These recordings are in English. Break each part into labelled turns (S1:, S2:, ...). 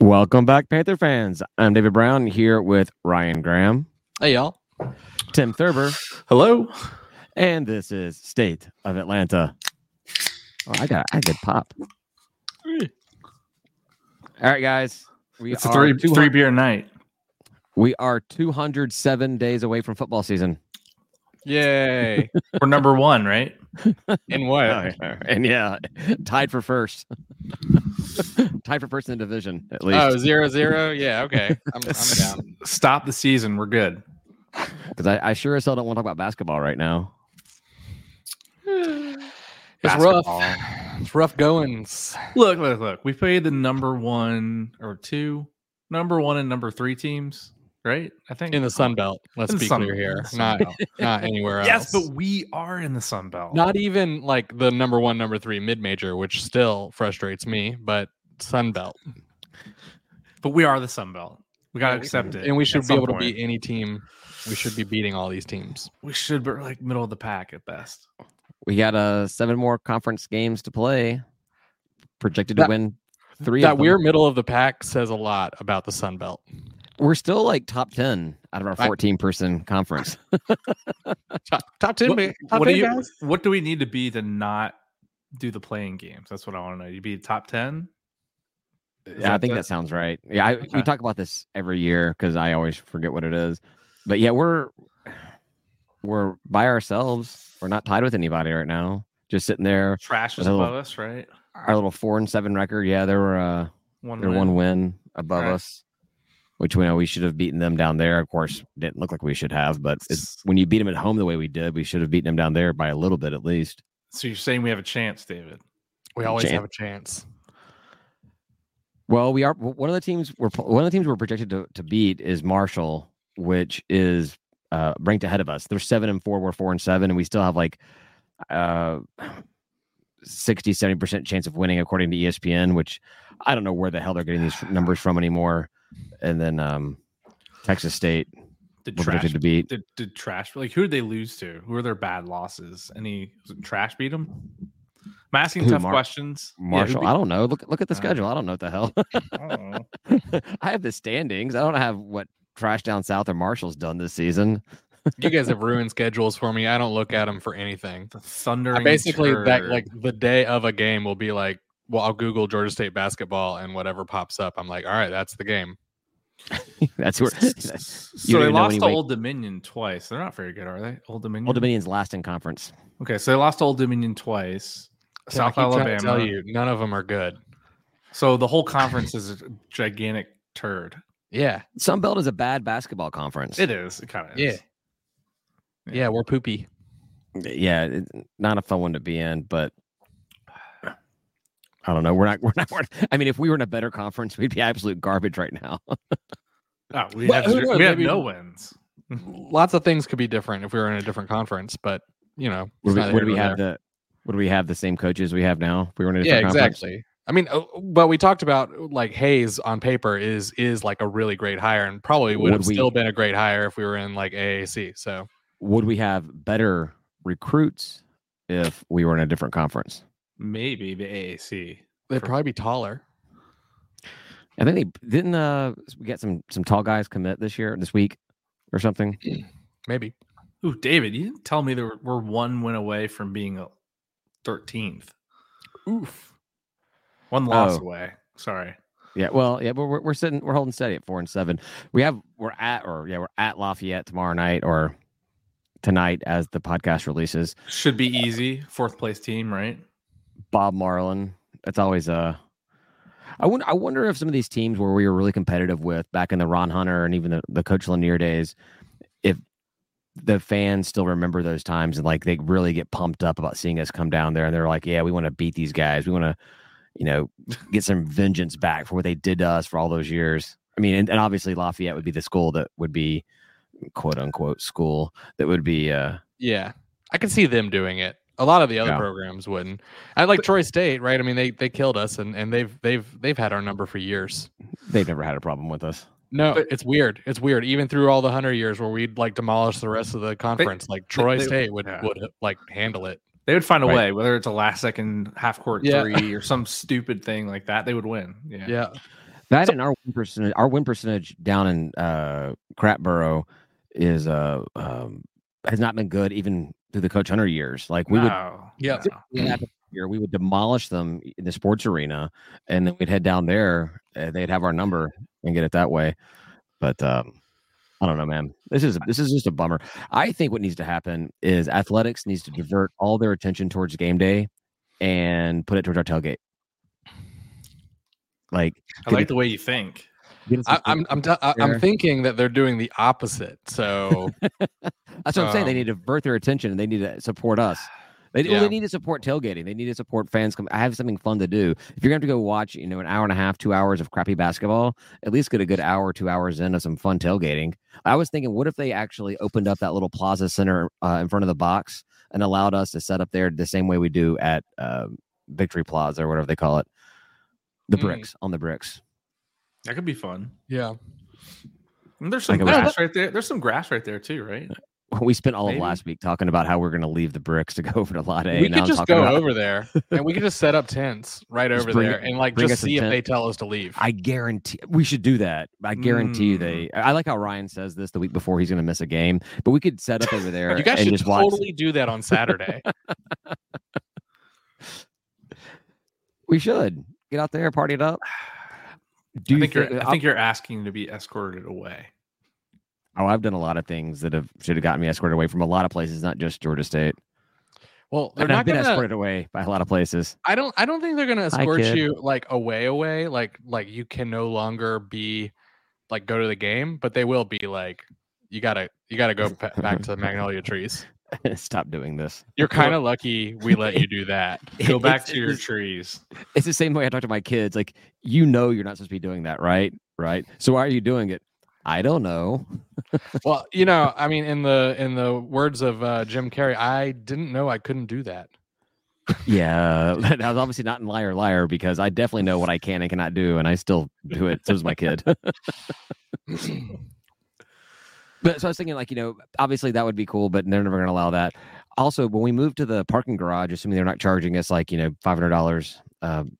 S1: Welcome back, Panther fans. I'm David Brown here with Ryan Graham,
S2: Hey, y'all.
S1: Tim Thurber,
S2: Hello.
S1: and this is State of Atlanta. Oh, I got I did pop. All right, guys. We
S3: It's a
S1: are
S3: three
S1: 200
S3: three beer night.
S1: We are 207 days away from football season.
S2: Yay.
S3: We're number one, right?
S2: In what?
S1: And yeah, tied for first. tied for first in the division,
S3: Uh,
S1: at least.
S2: Oh, zero zero. Yeah. Okay. I'm, I'm down.
S3: Stop the season. We're good.
S1: Because I, I sure as hell don't want to talk about basketball right now.
S2: It's
S3: Basketball.
S2: rough. It's rough goings.
S3: Look, look, look. We played the number one or two, number one and number three teams, right? I think.
S2: In the Sun Belt. Let's
S3: In the
S2: be
S3: Sun
S2: clear
S3: Belt, in
S2: here.
S3: the Sun
S2: Not not anywhere
S3: yes,
S2: else.
S3: but we are in the Sun Belt.
S2: not even like the number one, number three mid major, which still frustrates me, but Sun Belt.
S3: but we are the Sun Belt. We gotta
S2: Yeah, we-
S3: accept it.
S2: And we should
S3: at
S2: be
S3: some
S2: able
S3: point.
S2: to beat any team. We should be beating all these teams.
S3: We should, but we're like middle of the pack at best.
S1: We got uh, seven more conference games to play. Projected to
S2: That-
S1: win three.
S2: that
S1: of them.
S2: we're middle of the pack says a lot about the Sun Belt.
S1: we're still like top ten out of our
S2: I-
S1: fourteen person conference.
S2: Top, top ten,
S3: What-
S2: man. top
S3: what do
S2: 10
S3: you?
S2: guys.
S3: What do we need to be to not do the playing games? That's what I want to know. You be top ten.
S2: Uh,
S1: Yeah, I think that sounds right. Yeah, I, we
S3: Okay.
S1: talk about this every year because I always forget what it is. But yeah, we're we're by ourselves. We're not tied with anybody right now. Just sitting there,
S3: trash is
S1: Oh.
S3: above us, right?
S1: our little four and seven record. Yeah, they were uh,
S3: One,
S1: they're
S3: win.
S1: one win above
S3: Right.
S1: us, which we know we should have beaten them down there. Of course, didn't look like we should have, but it's, when you beat them at home the way we did, we should have beaten them down there by a little bit at least.
S3: So you're saying we have a chance, David?
S2: We always
S1: Jan-
S2: have a chance.
S1: Well, we are w- one of the teams we're po- one of the teams we're projected to, to beat is Marshall, which is uh ranked ahead of us. They're seven and four, we're four and seven, and we still have like uh 60 70% chance of winning according to E ESPN, which I don't know where the hell they're getting these numbers from anymore. And then um Texas State
S3: Did
S1: we're
S3: trash
S1: projected to beat.
S3: did, did trash like who did they lose to? Who are their bad losses? Any was it trash beat them? I'm asking
S1: Who,
S3: tough
S1: Mar-
S3: questions. Yeah, who
S1: Marshall.
S3: beat-
S1: I don't know. Look look at the
S3: Uh,
S1: schedule. I don't know what the hell.
S3: I don't know.
S1: I have the standings. I don't have what Trash Down South or Marshall's done this season.
S2: You guys have ruined schedules for me. I don't look at them for anything.
S3: the thunder.
S2: I basically that like the day of a game will be like, well, I'll Google Georgia State basketball and whatever pops up. I'm like, all right, that's the game.
S1: That's where you
S3: so
S1: don't
S3: they
S1: even know
S3: lost
S1: any
S3: to
S1: way-
S3: Old Dominion twice. They're not very good, are they? Old Dominion.
S1: Old Dominion's last in conference.
S3: Okay, so they lost to Old Dominion twice.
S2: Tim, I
S3: South
S2: keep trying to
S3: Alabama.
S2: Tell you, none of them are good.
S3: So the whole conference is a gigantic turd.
S2: Yeah,
S1: Sun Belt is a bad basketball conference.
S3: It is. It kind of
S2: Yeah.
S3: is.
S2: yeah, we're poopy.
S1: yeah, it, not a fun one to be in, but I don't know. We're not. We're not. We're, I mean, if we were in a better conference, we'd be absolute garbage right now.
S3: Oh, we
S2: Well,
S3: have,
S2: who
S3: zero-
S2: knows?
S3: we have
S2: Maybe-
S3: no wins.
S2: Lots of things could be different if we were in a different conference, but you know, it's
S1: Would we,
S2: neither
S1: would we
S2: here nor
S1: have the? Would we have the same coaches we have now? If we were in a
S2: yeah
S1: different conference?
S2: exactly i mean uh, but we talked about like hayes on paper is is like a really great hire and probably would,
S1: Would
S2: have
S1: we-
S2: still been a great hire if we were in like aac so
S1: Would we have better recruits if we were in a different conference?
S3: Maybe the AAC.
S2: they'd
S3: For-
S2: probably be taller
S1: I think they didn't. Uh, we got some some tall guys commit this year, this week, or something.
S2: maybe
S3: Ooh, David, you didn't tell me that we're one win away from being a 13th. Oof. One loss
S1: Oh.
S3: away. Sorry.
S1: Yeah, well, yeah, but we're we're sitting, we're holding steady at four and seven. We have we're at or yeah, we're at Lafayette tomorrow night or tonight as the podcast releases.
S3: Should be easy. Fourth place team, right?
S1: Bob Marlin. That's always uh I wonder I wonder if some of these teams where we were really competitive with back in the Ron Hunter and even the, the Coach Lanier days, if the fans still remember those times and like they really get pumped up about seeing us come down there and they're like, Yeah, we want to beat these guys. We want to, you know, get some vengeance back for what they did to us for all those years. I mean, and, and obviously Lafayette would be the school that would be quote unquote school that would be uh
S2: yeah i could see them doing it a lot of the other
S1: Yeah.
S2: programs wouldn't i like troy state right i mean they they killed us and and they've they've they've had our number for years
S1: they've never had a problem with us.
S2: no
S3: But-
S2: it's weird it's weird even through all the hunter years where we'd like demolish the rest of the conference like troy
S3: they-
S2: state would
S3: yeah.
S2: would like handle it
S3: They would find a
S1: Right.
S3: way, whether it's a last second half court
S2: Yeah.
S3: three or some stupid thing like that, they would win. Yeah.
S2: yeah
S1: That and our win percentage, our win percentage down in uh, Crapboro is uh um, has not been good even through the Coach Hunter years. Like we
S2: Ah.
S1: would
S3: No,
S2: Yep.
S3: no.
S1: yeah. year, we would demolish them in the sports arena, and then we'd head down there, and they'd have our number and get it that way. But um, I don't know, man. This is this is just a bummer. I think what needs to happen is athletics needs to divert all their attention towards game day and put it towards our tailgate. Like
S3: I like the way you think.
S1: get us
S2: I,
S1: some-
S2: I'm I'm t- I,
S1: Sure.
S2: am thinking that they're doing the opposite. So
S1: That's what I'm saying. They
S2: Um,
S1: need to divert their attention and they need to support us. They, well,
S2: Yeah.
S1: they need to support tailgating. They need to support fans. Come, I have something fun to do. If you're going to go watch, you know, an hour and a half, two hours of crappy basketball, at least get a good hour, two hours in of some fun tailgating. I was thinking, what if they actually opened up that little plaza center uh, in front of the box and allowed us to set up there the same way we do at um Victory Plaza or whatever they call it, the
S2: Mm.
S1: bricks on the bricks.
S3: That could be fun.
S2: yeah,
S3: And there's some
S1: Like a
S3: grass
S1: rash.
S3: right there. There's some grass right there too, right?
S1: We spent all
S3: Maybe.
S1: of last week talking about how we're going to leave the bricks to go over to Lot A.
S2: we
S1: Now I'm
S2: could just
S1: talking
S2: go
S1: about-
S2: over there and we could just set up tents right
S1: Just
S2: over
S1: bring-
S2: there and like
S1: bring
S2: just
S1: us a
S2: see if
S1: tent.
S2: they tell us to leave.
S1: I guarantee we should do that. I guarantee you they. I like how Ryan says this the week before he's going to miss a game, but we could set up over there
S2: you guys
S1: and
S2: should
S1: just watch.
S2: totally do that on Saturday.
S1: We should get out there, party it up. Do you
S3: I
S1: oh,
S3: think
S1: think?
S3: you're I think you're asking to be escorted away.
S1: oh, I've done a lot of things that have should have gotten me escorted away from a lot of places, not just Georgia State.
S2: Well, they're
S1: And I've
S2: not
S1: been
S2: gonna.
S1: escorted away by a lot of places.
S2: I don't. I don't think they're gonna escort
S1: kid.
S2: you like away, away. Like like you can no longer be like go to the game, but they will be like you gotta you gotta go pa- back to the magnolia trees.
S1: Stop doing this.
S2: You're kind of lucky we let you do that.
S3: Go back
S1: It's-
S3: to your
S1: it's-
S3: trees.
S1: It's the same way I talk to my kids. Like you know, you're not supposed to be doing that, right? Right. So why are you doing it? I don't know.
S2: Well, you know, I mean, in the in the words of uh, Jim Carrey, I didn't know I couldn't do that.
S1: Yeah, that was obviously not in liar liar because I definitely know what I can and cannot do, and I still do it. So does my kid. but so I was thinking, like you know, obviously that would be cool, but they're never going to allow that. Also, when we move to the parking garage, assuming they're not charging us like you know five hundred dollars um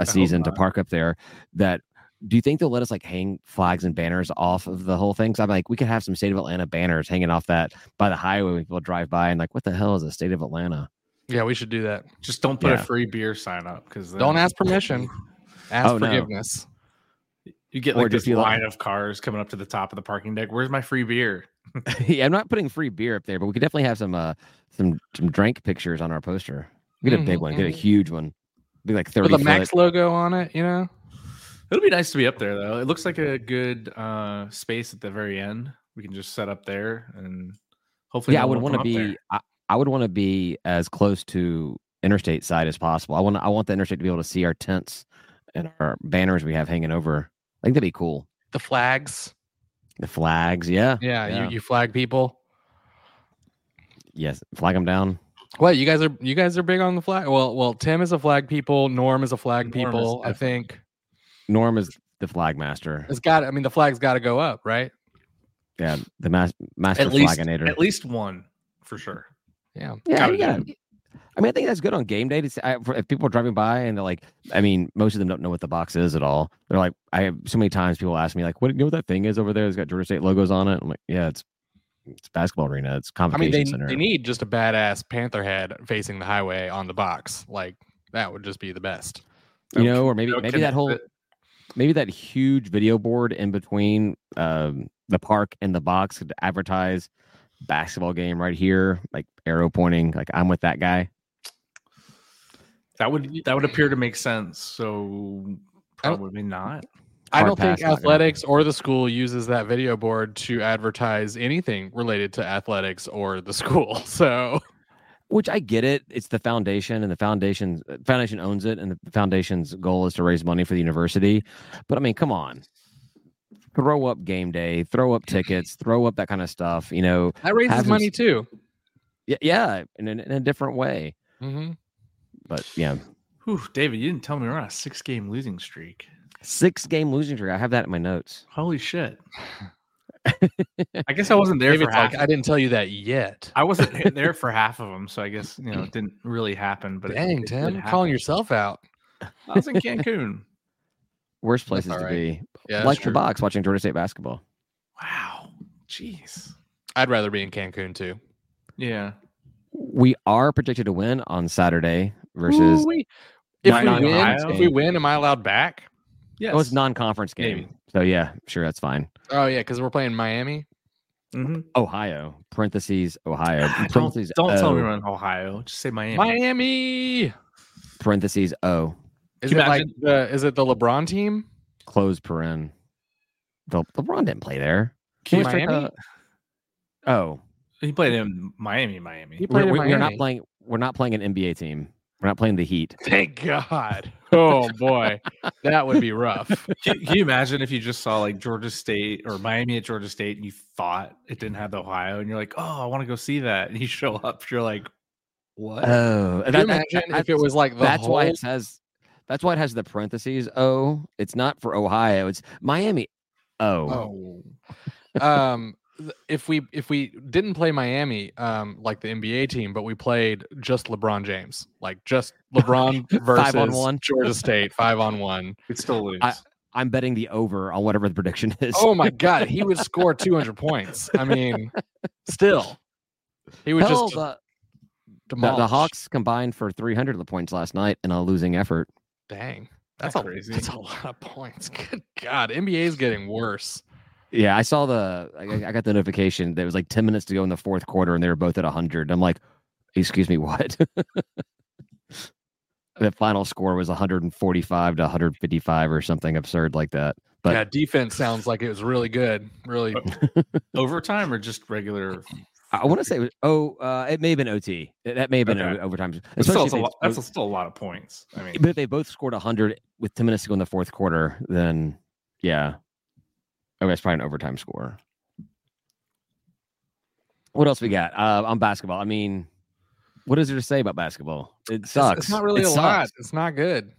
S1: a
S3: hope
S1: season to
S3: not.
S1: park up there, that do you think they'll let us like hang flags and banners off of the whole thing? Because I'm like, we could have some state of Atlanta banners hanging off that by the highway when people drive by and like, what the hell is the state of Atlanta?
S2: Yeah, we should do that.
S3: Just don't put
S1: Yeah.
S3: a free beer sign up because
S2: Don't ask permission. Ask
S1: Oh, no.
S2: forgiveness.
S3: You get
S1: Or
S3: like
S1: just
S3: this
S1: be like-
S3: line of cars coming up to the top of the parking deck. Where's my free beer?
S1: yeah, I'm not putting free beer up there, but we could definitely have some uh some some drink pictures on our poster. We get a big
S3: Mm-hmm,
S2: Mhm,
S1: one, get a
S2: mhm.
S1: huge one, be like
S2: With
S1: thirty.
S2: the
S1: foot.
S2: Max logo on it, you know.
S3: It'll be nice to be up there though. It looks like a good uh space at the very end. We can just set up there and hopefully.
S1: yeah, I
S3: no
S1: would
S3: one
S1: want to
S3: will come up
S1: be.
S3: there.
S1: I, I would want to be as close to interstate side as possible. I want. I want the interstate to be able to see our tents and our banners we have hanging over. I think that'd be cool.
S2: The flags.
S1: The flags, yeah,
S2: Yeah,
S1: Yeah.
S2: You, you flag people.
S1: yes, flag them down.
S2: What you guys are you guys are big on the flag? Well, well, Tim is a flag people. Norm is a flag
S3: Norm is
S2: people. I
S3: definitely-
S2: think
S1: Norm is the flag master.
S2: it's got. I mean, the flag's got to go up, right?
S1: Yeah, the mas- master
S3: at least
S1: flaginator.
S3: at least one for sure.
S2: Yeah.
S1: Yeah,
S3: Gotta
S1: you
S3: do
S1: gotta- I mean, I think that's good on game day. To say, I, for, if people are driving by and they're like, I mean, most of them don't know what the box is at all. They're like, I have so many times people ask me like, what you know what that thing is over there? It's got Georgia State logos on it. I'm like, yeah, it's it's a basketball arena. It's a
S2: I
S1: convocation
S2: mean, they
S1: center.
S2: they need just a badass panther head facing the highway on the box. Like that would just be the best.
S1: you know, or maybe
S3: No,
S1: maybe
S3: connect
S1: that whole
S3: it.
S1: maybe that huge video board in between um, the park and the box could advertise basketball game right here, like arrow pointing, like I'm with that guy.
S3: that would that would appear to make sense. So
S2: I don't-
S3: probably not.
S2: I
S1: Hard
S2: don't think
S1: pass, not gonna happen.
S2: athletics or the school uses that video board to advertise anything related to athletics or the school. So
S1: which I get it. It's the foundation, and the foundation's uh, foundation owns it, and the foundation's goal is to raise money for the university. But I mean, come on, throw up game day, throw up tickets, throw up that kind of stuff. You know,
S2: that raises
S1: Hasn't-
S2: money too.
S1: yeah, yeah, in, in, in a different way.
S2: hmm
S1: But yeah,
S3: Whew, David, you didn't tell me we're on a six game losing streak.
S1: six game losing streak. I have that in my notes.
S3: Holy shit. I guess I wasn't there for
S2: David's
S3: half.
S2: like, I didn't tell you that yet.
S3: I wasn't there for half of them, so I guess you know it didn't really happen. But it-
S2: Dang,
S3: it did
S2: Tim,
S3: happen.
S2: calling yourself out.
S3: I was in Cancun.
S1: Worst places
S2: all
S1: to
S2: right.
S1: be.
S2: Yeah, that's
S1: like the
S2: true.
S1: box watching Georgia State basketball.
S3: Wow. Jeez.
S2: I'd rather be in Cancun too.
S3: Yeah.
S1: We are predicted to win on Saturday versus.
S2: Ooh, we- if
S1: Not
S2: we
S1: in
S2: win,
S1: Ohio?
S2: if we win, am I allowed back?
S3: Yes.
S1: Oh, it's non-conference game.
S3: Maybe.
S1: So yeah, sure, that's fine.
S2: Oh yeah, because we're playing Miami.
S3: Mhm.
S1: Ohio parentheses Ohio
S3: Ah, Don't,
S1: parentheses
S3: don't tell me
S1: O,
S3: we're in Ohio. Just say Miami.
S2: Miami.
S1: parentheses O
S2: Is it
S3: Can you
S2: like
S3: imagine-
S2: the is it the LeBron team?
S1: close paren. The LeBron didn't play there.
S2: Can
S1: we strike
S2: Miami?
S1: a- oh,
S3: He played in Miami, Miami.
S2: He played
S1: we're,
S2: in
S1: we- we're not
S2: Miami.
S1: playing. We're not playing an NBA team. We're not playing the Heat.
S2: Thank God. Oh boy, that would be rough.
S3: can, can you imagine if you just saw like Georgia State or Miami at Georgia State and you thought it didn't have the Ohio and you're like, oh, I want to go see that. And you show up, you're like, what?
S1: Oh,
S2: Can you imagine if it was like the
S1: That's why
S2: whole-
S1: it says. That's why it has the parentheses O. It's not for Ohio. It's Miami. O.
S3: oh.
S2: um th- if we if we didn't play Miami um like the NBA team, but we played just LeBron James, like just LeBron versus
S1: Five on one.
S2: Georgia State, five on one.
S3: It still lose.
S1: I- I'm betting the over on whatever the prediction is.
S2: Oh my God, he would score two hundred points. I mean, still, he would
S1: Hell,
S2: just
S1: the, the-
S2: demolish.
S1: the Hawks combined for 300 points last night in a losing effort.
S2: Dang, that's
S3: That's
S2: a
S3: crazy.
S2: that's a lot of points. Good God, NBA is getting worse.
S1: Yeah, I saw the. I, I got the notification that it was like 10 minutes to go in the fourth quarter, and they were both at 100. I'm like, excuse me, what? the final score was 145 to 155 or something absurd like that. But-
S2: yeah, defense sounds like it was really good. Really,
S3: Overtime or just regular?
S1: I, want to say, it was- oh, uh, it may have been OT. It- That may have been
S3: Okay.
S1: o- overtime.
S3: That's still,
S1: Especially if
S3: that's a
S1: they
S3: lot, that's
S1: both-
S3: still a lot of points. I mean,
S1: but if they both scored 100 with 10 minutes to go in the fourth quarter, then yeah. Okay, it's probably an overtime score. What else we got uh, on basketball? I mean, what is there to say about basketball? It
S2: it's-
S1: sucks.
S2: It's, not really
S1: It
S2: a lot.
S1: sucks.
S2: It's not good.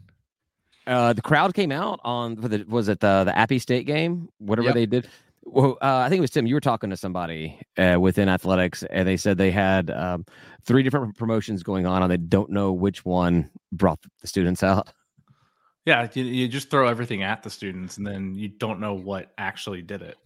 S1: Uh, the crowd came out on for the was it the the Appy State game? Whatever
S2: Yep.
S1: they did. Well, uh, I think it was Tim. You were talking to somebody uh, within athletics, and they said they had um, three different promotions going on, and they don't know which one brought the students out.
S3: yeah, you, you just throw everything at the students and then you don't know what actually did it.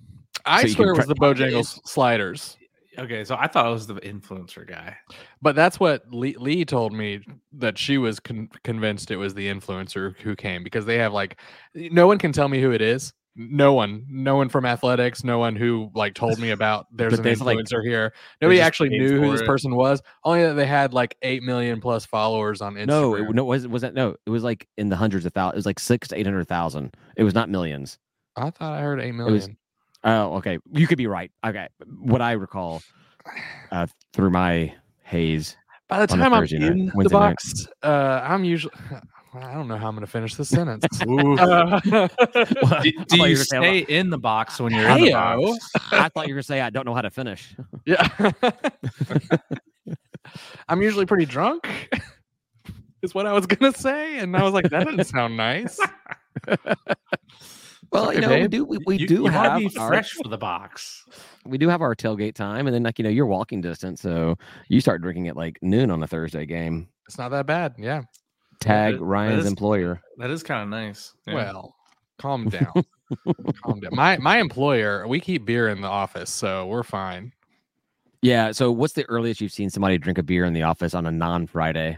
S2: I
S1: So you can
S2: swear it was
S1: pre-
S2: the Bojangles sliders.
S3: Okay, so I thought I was the influencer guy.
S2: But that's what Lee, Lee told me that she was con- convinced it was the influencer who came because they have like no one can tell me who it is. No one, no one from athletics, no one who like told me about there's
S1: But
S2: an
S1: there's, like,
S2: influencer here. Nobody
S3: just
S2: actually
S3: paid
S2: knew who
S3: for
S2: this
S3: it.
S2: person was. Only that they had like eight million plus followers on Instagram.
S1: No, it, no, was was that no? It was like in the hundreds of thousands. It was like six to eight hundred thousand. It was not millions.
S2: I thought I heard eight million.
S1: was- Oh, okay. You could be right. Okay, what I recall uh, through my haze.
S2: By the
S1: on a
S2: time I'm
S1: Thursday night,
S2: in the
S1: Wednesday night.
S2: box, uh, I'm usually. I don't know how I'm going to finish this sentence.
S3: Ooh.
S2: Uh,
S3: do,
S1: I
S3: do
S1: thought
S3: you
S1: you were saying-
S3: stay in the box when you're in
S2: Heyo.
S3: the box?
S1: I thought you were gonna say I don't know how to finish.
S2: Yeah. I'm usually pretty drunk, is what I was going to say. And I was like, that doesn't sound nice.
S1: Well, you
S2: okay,
S1: know, we
S2: babe.
S1: do we, we
S3: You-
S1: do
S3: you wanna
S1: have
S3: be
S1: our,
S3: fresh for the box.
S1: we do have our tailgate time, and then like you know you're walking distance, so you start drinking at like noon on a Thursday game.
S2: It's not that bad. Yeah.
S1: Tag
S3: that- that
S1: Ryan's
S3: is-
S1: employer.
S3: That is kind of nice. Yeah.
S2: Well, calm down. calm down. My, my employer, we keep beer in the office, so we're fine.
S1: Yeah. So what's the earliest you've seen somebody drink a beer in the office on a non Friday?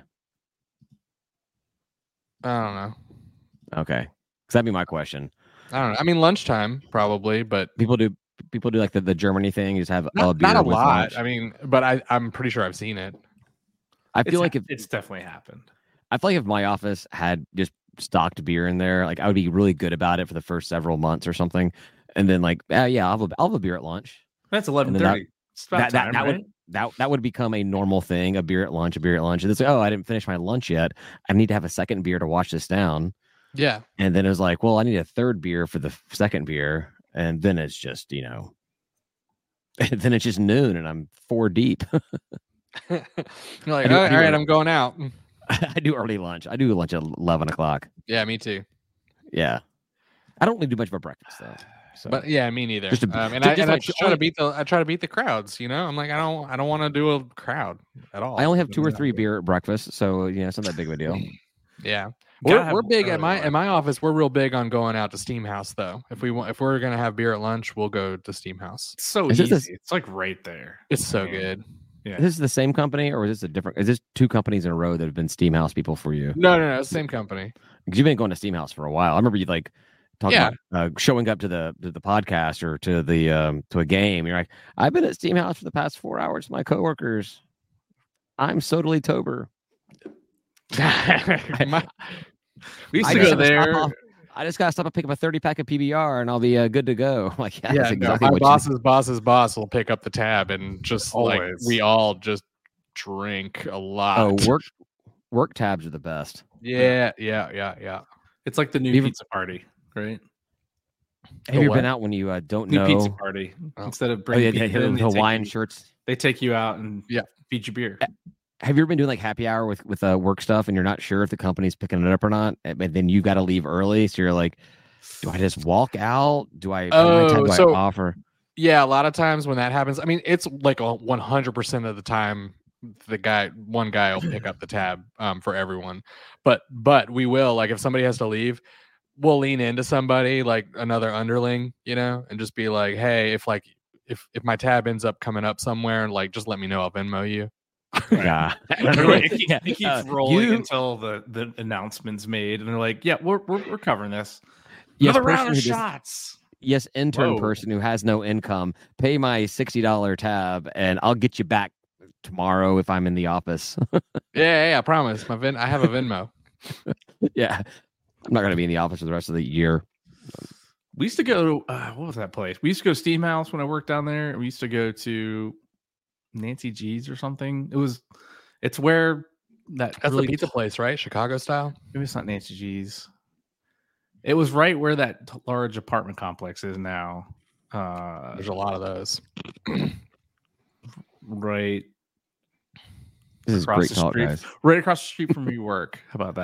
S2: I don't know.
S1: Okay, because that'd be my question.
S2: I don't know. I mean, lunchtime probably, but
S1: People do people do like the, the Germany thing. You just have a
S2: not,
S1: beer
S2: not a
S1: with
S2: lot.
S1: lunch.
S2: I mean, but I, I'm pretty sure I've seen it.
S1: I
S3: It's
S1: feel like
S3: ha-
S1: if
S3: it's definitely happened.
S1: I feel like if my office had just stocked beer in there, like I would be really good about it for the first several months or something, and then like ah, yeah, I'll have a, I'll have a beer at lunch.
S3: That's
S1: then
S3: eleven
S1: that-
S3: thirty.
S1: that- that- that would- that that would become a normal thing a beer at lunch a beer at lunch and it's like oh i didn't finish my lunch yet i need to have a second beer to wash this down
S2: Yeah.
S1: and then it was like well i need a third beer for the f- second beer and then it's just you know then it's just noon and i'm four deep
S2: You're like,
S1: do-
S2: "Oh,
S1: I
S2: all
S1: do
S2: right,
S1: like-
S2: I'm going out.
S1: i do early lunch i do lunch at 11 o'clock
S2: Yeah, me too.
S1: yeah i don't really do much of a breakfast though so
S2: But yeah, me neither.
S1: Just a-
S2: um, and
S1: ju-
S2: I,
S1: just
S2: and I
S1: like
S2: just
S1: the
S2: try to
S1: only-
S2: beat the I try to beat the crowds. You know, I'm like, I don't I don't want to do a crowd at all.
S1: i only have two or three
S2: beers.
S1: beer at breakfast so you know it's not that big of a deal
S2: Yeah, We're,
S3: have
S2: we're
S3: more
S2: big at
S3: early
S2: my
S3: on.
S2: at my office. We're real big on going out to Steam House though. If we want, if we're gonna have beer at lunch, we'll go to Steam House.
S3: It's so
S1: Is this
S3: easy.
S1: the-
S3: It's like right there.
S2: It's so
S3: Yeah.
S2: good.
S1: Is this the same company or is this a different? Is this two companies in a row that have been Steamhouse people for you?
S2: No, no, no, same company.
S1: Because you've been going to Steamhouse for a while. I remember you like talking
S2: Yeah.
S1: about uh, showing up to the to the podcast or to the um, to a game. You're like, I've been at Steamhouse for the past four hours. with My coworkers, I'm totally tober.
S2: My-
S3: We used
S1: I
S3: to
S1: just
S3: go
S1: gotta stop
S3: there.
S1: off- I just gotta stop and pick up a thirty pack of PBR and I'll be uh, good to go. Like, yeah,
S2: yeah,
S1: that's
S2: no,
S1: exactly
S2: my
S1: what you-
S2: boss's boss's boss will pick up the tab and just like
S3: Always.
S2: we all just drink a lot.
S1: Oh, work work tabs are the best.
S2: Yeah, yeah, yeah, yeah.
S3: It's like the new
S1: Even-
S3: pizza party, right?
S1: Have you ever been out when you uh, don't
S3: New
S1: know?
S3: pizza party.
S2: Oh.
S3: Instead
S1: Oh,
S3: of
S1: yeah,
S3: bringing
S1: yeah,
S3: pizza
S1: yeah,
S3: in,
S1: the
S3: they take
S1: Hawaiian
S3: you-
S1: shirts.
S3: they take you out and
S2: Yeah.
S3: feed you beer.
S1: Have you ever been doing like happy hour with with uh, work stuff and you're not sure if the company's picking it up or not, and but then you got to leave early, so you're like, do I just walk out? Do I? how much time
S2: Oh,
S1: do
S2: so-
S1: I offer?
S2: Yeah, a lot of times when that happens, I mean, it's like a 100% of the time the guy one guy will pick up the tab um, for everyone. But but we will like if somebody has to leave, we'll lean into somebody like another underling, you know, and just be like, "Hey, if like if if my tab ends up coming up somewhere, like just let me know, I'll Venmo you."
S1: Yeah,
S3: it, keep-
S1: Yeah,
S3: it keeps
S1: uh,
S3: rolling
S1: you-
S3: until the, the announcement's made, and they're like, "Yeah, we're we're, we're covering this.
S1: yes,
S3: Another round
S1: person
S3: of
S1: who does-
S3: shots."
S1: yes, intern
S3: Whoa.
S1: person who has no income, pay my sixty dollar tab, and I'll get you back tomorrow if I'm in the office.
S2: Yeah, yeah, yeah, I promise. My Ven- I have a Venmo.
S1: yeah, I'm not gonna be in the office for the rest of the year.
S3: We used to go. Uh, what was that place? We used to go to Steam House when I worked down there. and We used to go to Nancy G's or something. It was. It's where that
S2: That's
S3: really
S2: the pizza place, right? Chicago style.
S3: Maybe it's not Nancy G's. It was right where that t- large apartment complex is now. Uh,
S2: There's a lot of those.
S3: right,
S1: This is
S3: Across
S1: great
S3: the
S1: talk,
S3: street.
S1: guys.
S3: right across the street from your work. How about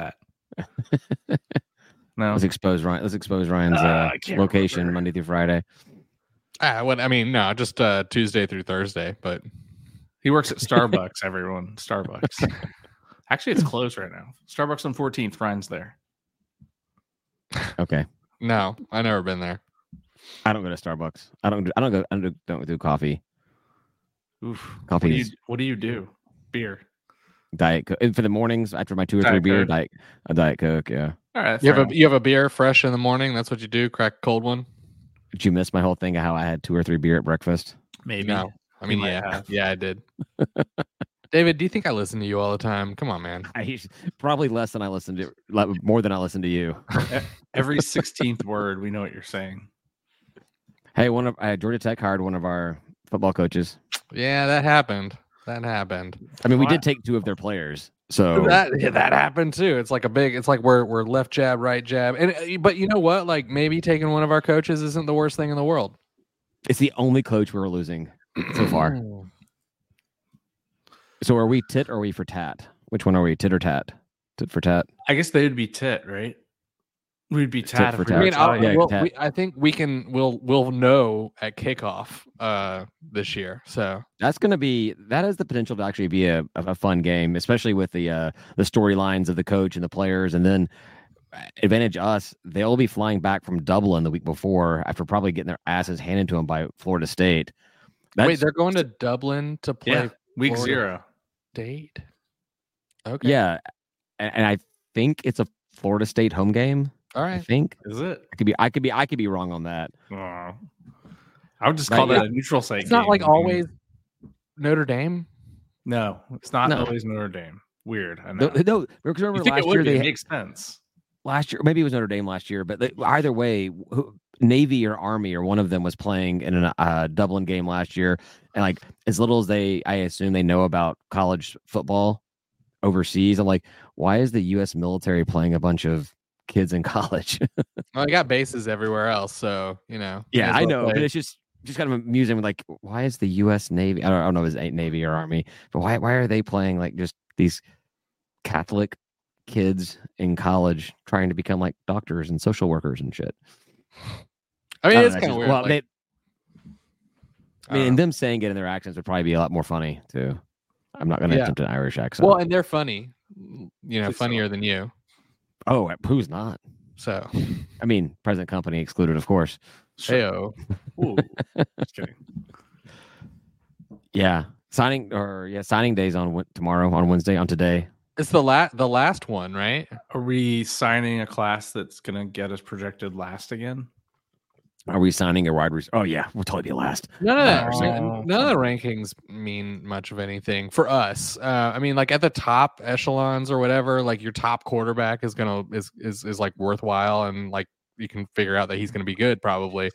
S3: that? no,
S1: Let's expose Ryan. Let's expose Ryan's
S3: Uh,
S1: uh,
S3: I can't
S1: location
S3: remember.
S1: Monday through Friday.
S2: Ah, what I mean, no, just uh, Tuesday through Thursday, but
S3: he works at Starbucks. everyone, Starbucks. Actually, it's closed right now. Starbucks on 14th. Ryan's there.
S1: Okay,
S2: no, I never been there.
S1: I don't go to Starbucks. I don't. Do, I don't go. I don't do, don't do coffee.
S3: Oof. What do,
S1: Coffee
S3: you,
S1: is
S3: what do you do? Beer.
S1: diet Coke. And for the mornings after my two or
S3: Diet
S1: three beer
S3: Coke.
S1: diet a diet Coke. Yeah.
S3: All right.
S2: You
S3: fair
S2: have
S3: enough.
S2: a you have a beer fresh in the morning. That's what you do. Crack a cold one.
S1: Did you miss my whole thing of how I had two or three beer at breakfast?
S3: maybe.
S2: No, I
S3: You
S2: mean
S3: might
S2: yeah,
S3: have.
S2: yeah, I did. David, do you think I listen to you all the time? Come on, man.
S1: I probably less than I listened to like, more than I listened to you.
S3: Every 16th word, we know what you're saying.
S1: Hey, one of uh, Georgia Tech hired one of our football coaches.
S2: Yeah, that happened. That happened.
S1: I mean, we
S3: Well, I-
S1: did take two of their players. So
S2: That yeah, that happened too. It's like a big. It's like we're we're left jab, right jab, and uh, but you know what? Like maybe taking one of our coaches isn't the worst thing in the world
S1: it's the only coach we were losing so far. So are we tit or are we for tat? Which one are we? Tit or tat? Tit for tat.
S3: I guess they'd be tit, right? We'd be tat.
S1: for
S3: if we
S1: tat.
S2: I
S3: were
S2: mean, I'll,
S3: tied.
S1: yeah,
S2: we'll-
S1: Tat.
S2: we, I think we can. We'll we'll know at kickoff uh this year. So
S1: That's going to be that has the potential to actually be a, a a fun game, especially with the uh, the storylines of the coach and the players, and then uh, advantage us. They'll be flying back from Dublin the week before after probably getting their asses handed to them by Florida State. That's,
S2: wait, they're going to Dublin to play
S3: Yeah, week
S2: Florida.
S3: zero.
S2: date. Okay.
S1: yeah, and, and I think it's a Florida State home game.
S2: All
S1: I
S2: right.
S1: think
S3: Is it?
S1: I could be I could be I could be wrong on that.
S3: Oh. I would just
S1: Not
S3: call
S1: yet.
S3: that a neutral site.
S2: It's not
S3: game,
S2: like
S3: I mean.
S2: always Notre Dame.
S3: No, it's not
S1: No.
S3: always Notre Dame. Weird. I know.
S1: No, no because remember
S3: you think
S1: last
S3: it would
S1: year
S3: be,
S1: they
S3: it makes sense.
S1: last year, maybe it was Notre Dame last year, but they, either way, who- Navy or Army or one of them was playing in a uh, Dublin game last year, and like as little as they, I assume they know about college football overseas. I'm like, why is the U.S. military playing a bunch of kids in college?
S2: Well, they got bases everywhere else, so you know. may as
S1: I
S2: well
S1: know, but
S2: play.
S1: it's just just kind of amusing. Like, why is the U.S. Navy? I don't, I don't know if it's a- Navy or Army, but why why are they playing like just these Catholic kids in college trying to become like doctors and social workers and shit?
S2: I mean,
S1: don't
S2: it's
S1: know,
S2: kind
S1: just-
S2: of weird.
S1: Well,
S2: like,
S1: they- I
S2: I
S1: mean,
S2: don't
S1: and
S2: know.
S1: them saying it in their accents would probably be a lot more funny too. I'm not going to
S2: Yeah.
S1: attempt an Irish accent.
S2: well, and they're funny. You know,
S3: Please
S2: funnier than you.
S1: Oh, who's not?
S2: So,
S1: I mean, present company excluded, of course.
S2: heyo.
S3: Whoa. Just kidding.
S1: Yeah, signing or yeah, signing days on Wed- tomorrow on Wednesday on today.
S2: It's the last the last one, right?
S3: Are we signing a class that's gonna get us projected last again?
S1: Are we signing a wide receiver? Oh yeah, we'll totally be last.
S2: None of that,
S3: Oh.
S2: none of the rankings mean much of anything for us. Uh, I mean, like at the top echelons or whatever, like your top quarterback is gonna is is is like worthwhile, and like you can figure out that he's gonna be good probably.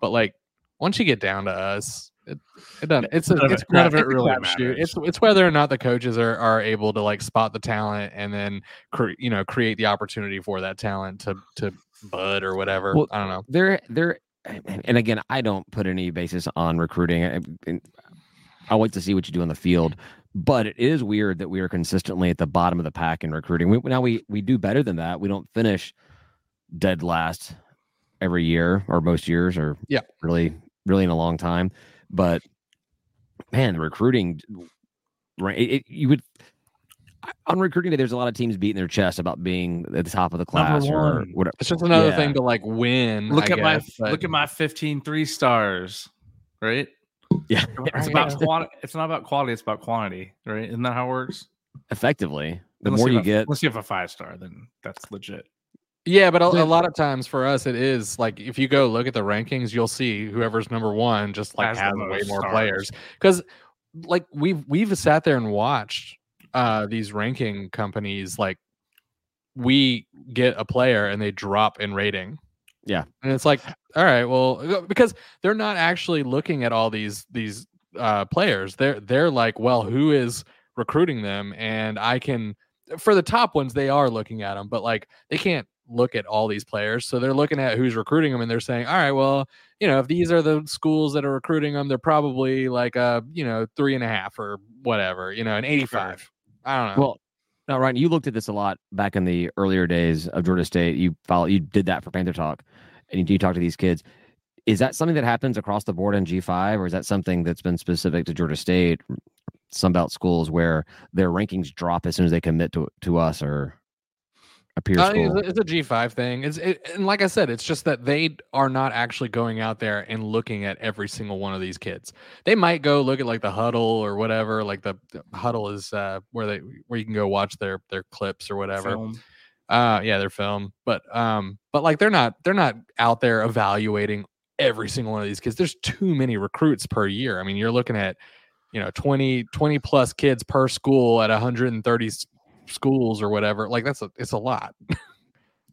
S2: But like once you get down to us, it, it doesn't. It's a,
S3: None of
S2: it's
S3: it- none of
S2: crap- it's
S3: it
S2: a
S3: really
S2: crapshoot.
S3: matters.
S2: It's it's whether or not the coaches are are able to like spot the talent and then cre- you know create the opportunity for that talent to to bud or whatever.
S1: Well,
S2: I don't know.
S1: There, there, and again, I don't put any basis on recruiting. I, and I like to see what you do on the field, but it is weird that we are consistently at the bottom of the pack in recruiting. We, now we we do better than that. We don't finish dead last every year or most years or
S2: Yeah.
S1: really really in a long time. But man, the recruiting, right? It, it- you would. On recruiting day, there's a lot of teams beating their chest about being at the top of the class or
S3: one.
S1: whatever.
S2: It's just another
S1: Yeah.
S2: thing to like win.
S1: Mm,
S3: Look
S2: I
S3: at my
S2: guess, but-
S3: look at my 15 three stars, right?
S1: Yeah,
S3: It's about quanti- it's not about quality, it's about quantity, right? Isn't that how it works?
S1: effectively. The
S3: Unless
S1: more you
S3: have a-
S1: get,
S3: unless you have a five star, then that's legit.
S2: Yeah, but a,
S1: Yeah.
S2: a lot of times for us, it is like if you go look at the rankings, you'll see whoever's number one just like
S3: Has
S2: has,
S3: the
S2: way
S3: most
S2: more
S3: stars.
S2: players because like we've we've sat there and watched uh these ranking companies like we get a player and they drop in rating.
S1: Yeah.
S2: and it's like all right, well, uh, because they're not actually looking at all these these uh players. They're they're like, well, who is recruiting them, and I can for the top ones they are looking at them, but like they can't look at all these players. So they're looking at who's recruiting them and they're saying, all right, well, you know, if these are the schools that are recruiting them, they're probably like a, you know, three and a half or whatever, you know, an 85. I don't know.
S1: well, now Ryan, you looked at this a lot back in the earlier days of Georgia State. You follow, you did that for Panther Talk, and you, you talk to these kids. Is that something that happens across the board in G five, or is that something that's been specific to Georgia State, Sunbelt schools, where their rankings drop as soon as they commit to to us or a peer
S2: Uh,
S1: school?
S2: it's, a- it's a G5 thing. It's it, and like I said, it's just that they are not actually going out there and looking at every single one of these kids. They might go look at like the huddle or whatever. Like the, the huddle is uh, where they where you can go watch their their clips or whatever.
S3: Film.
S2: uh yeah they're film but um but like they're not they're not out there evaluating every single one of these kids there's too many recruits per year i mean you're looking at you know 20 20 plus kids per school at 130 s- schools or whatever like that's a it's a lot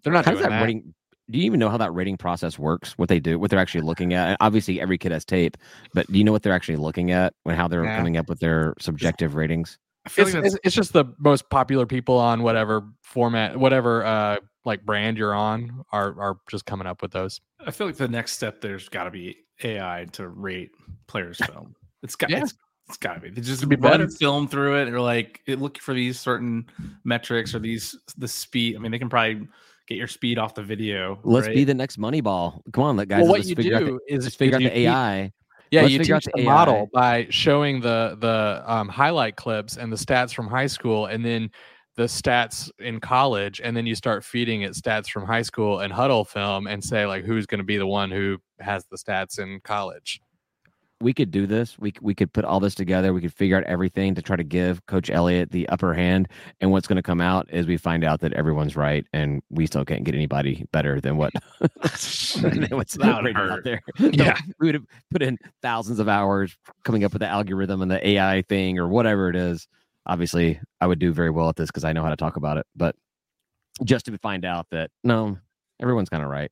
S2: they're not
S1: how
S2: doing
S1: does
S2: that,
S1: that, rating? Do you even know how that rating process works? What they do, what they're actually looking at? And Obviously, every kid has tape, but do you know what they're actually looking at and how they're
S2: Nah.
S1: coming up with their subjective ratings?
S3: I feel
S2: it's,
S3: like
S2: it's,
S3: that's
S2: it's just the most popular people on whatever format whatever uh like brand you're on are are just coming up with those
S3: I feel like the next step there's got to be AI to rate players' film. It's got
S2: Yeah.
S3: it's, it's got to be. They just
S2: be
S3: be
S2: better.
S3: run film through it. And you're like it, look for these certain metrics or these the speed. I mean, they can probably get your speed off the video.
S1: Let's
S3: right?
S1: be the next money ball. Come on, let guys.
S2: well, what
S1: let's
S2: you
S1: figure out the,
S2: do is
S1: let's figure out
S2: is you
S1: the
S2: keep-
S1: AI.
S2: Yeah,
S1: Let's
S2: you
S1: figure out
S2: teach
S1: the
S2: the
S1: AI.
S2: model by showing the the um, highlight clips and the stats from high school, and then the stats in college, and then you start feeding it stats from high school and huddle film, and say like who's going to be the one who has the stats in college.
S1: We could do this. We c- we could put all this together. We could figure out everything to try to give Coach Elliott the upper hand. And what's going to come out is we find out that everyone's right, and we still can't get anybody better than what than what's
S3: That would
S1: rated out
S3: hurt.
S1: there.
S2: Yeah.
S1: we would have put in thousands of hours coming up with the algorithm and the AI thing or whatever it is. Obviously, I would do very well at this because I know how to talk about it. But just to find out that no, everyone's kind of right.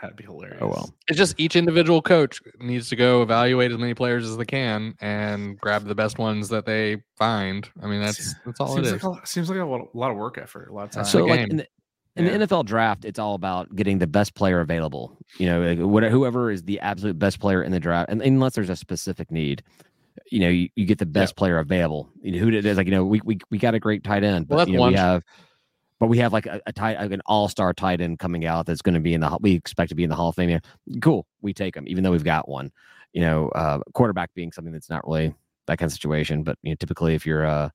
S3: That'd be hilarious.
S1: Oh well.
S2: It's just each individual coach needs to go evaluate as many players as they can and grab the best ones that they find. I mean, that's that's all it
S3: seems
S2: is.
S3: like, a lot, seems like a lot, a lot of work effort. A lot of time.
S2: That's
S1: so
S2: the
S1: like
S2: game.
S1: in the, in
S2: Yeah.
S1: the NFL draft, it's all about getting the best player available. You know, like, what, whoever is the absolute best player in the draft, and unless there's a specific need, you know, you, you get the best player available. You know, who did it's like you know we we, we got a great tight end, but
S2: Well, that's
S1: you know,
S2: one-
S1: we have. But we have like a, a tight, like an all-star tight end coming out that's going to be in the. Hall- We expect to be in the Hall of Fame. Yeah, cool. We take him, even though we've got one. You know, uh, quarterback being something that's not really that kind of situation. But you know, typically, if you're uh,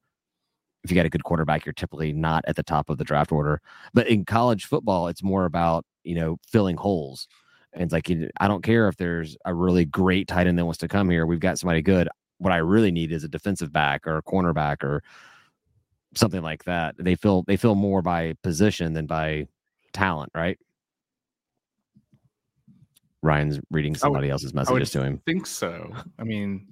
S1: if you got a good quarterback, you're typically not at the top of the draft order. But in college football, it's more about you know filling holes. And it's like you- I don't care if there's a really great tight end that wants to come here. We've got somebody good. What I really need is a defensive back or a cornerback or something like that. They feel they feel more by position than by talent, right? Ryan's reading somebody else's messages to him,
S3: think so. I mean,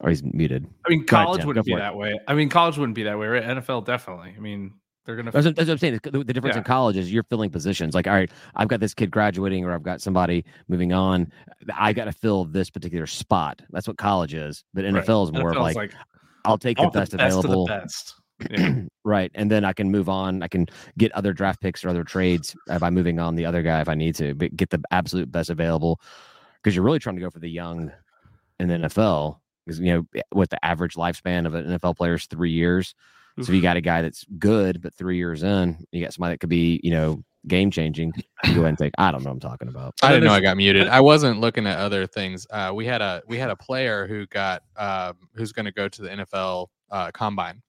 S1: or he's muted.
S3: I mean,
S1: Go ahead,
S3: college
S1: Jeff, go
S3: wouldn't be
S1: for it.
S3: that way. I mean, college wouldn't be that way, right? NFL definitely. I mean, they're gonna.
S1: That's what, that's what I'm saying. The, the difference
S3: Yeah.
S1: in college is you're filling positions. Like, all right, I've got this kid graduating, or I've got somebody moving on. I got to fill this particular spot. That's what college is. But
S3: Right.
S1: NFL is more of
S3: NFL
S1: like,
S3: is like
S1: I'll take
S3: I
S1: the
S3: want
S1: best,
S3: of
S1: available,
S3: the best. Yeah.
S1: right? And then I can move on. I can get other draft picks or other trades uh, by moving on the other guy if I need to. But get the absolute best available because you're really trying to go for the young in the NFL. Because you know what the average lifespan of an NFL player is three years. So if you got a guy that's good, but three years in, you got somebody that could be, you know, game changing. Go ahead and take. I don't know what I'm talking about.
S2: I didn't know I
S3: there's-
S2: got muted. I wasn't looking at other things. Uh, we had a we had a player who got um, who's going to go to the NFL uh, Combine.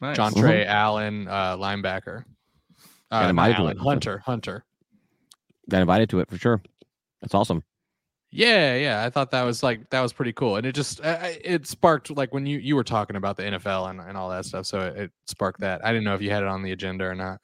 S3: Nice.
S2: John Trey Allen, uh, linebacker. Uh,
S1: Got him
S2: not
S1: idling.
S2: Allen, Hunter, Hunter.
S1: Got invited to it for sure. That's awesome.
S2: Yeah, yeah. I thought that was like that was pretty cool, and it just I- I- it sparked like when you you were talking about the NFL and, and all that stuff. So it, it sparked that. I didn't know if you had it on the agenda or not.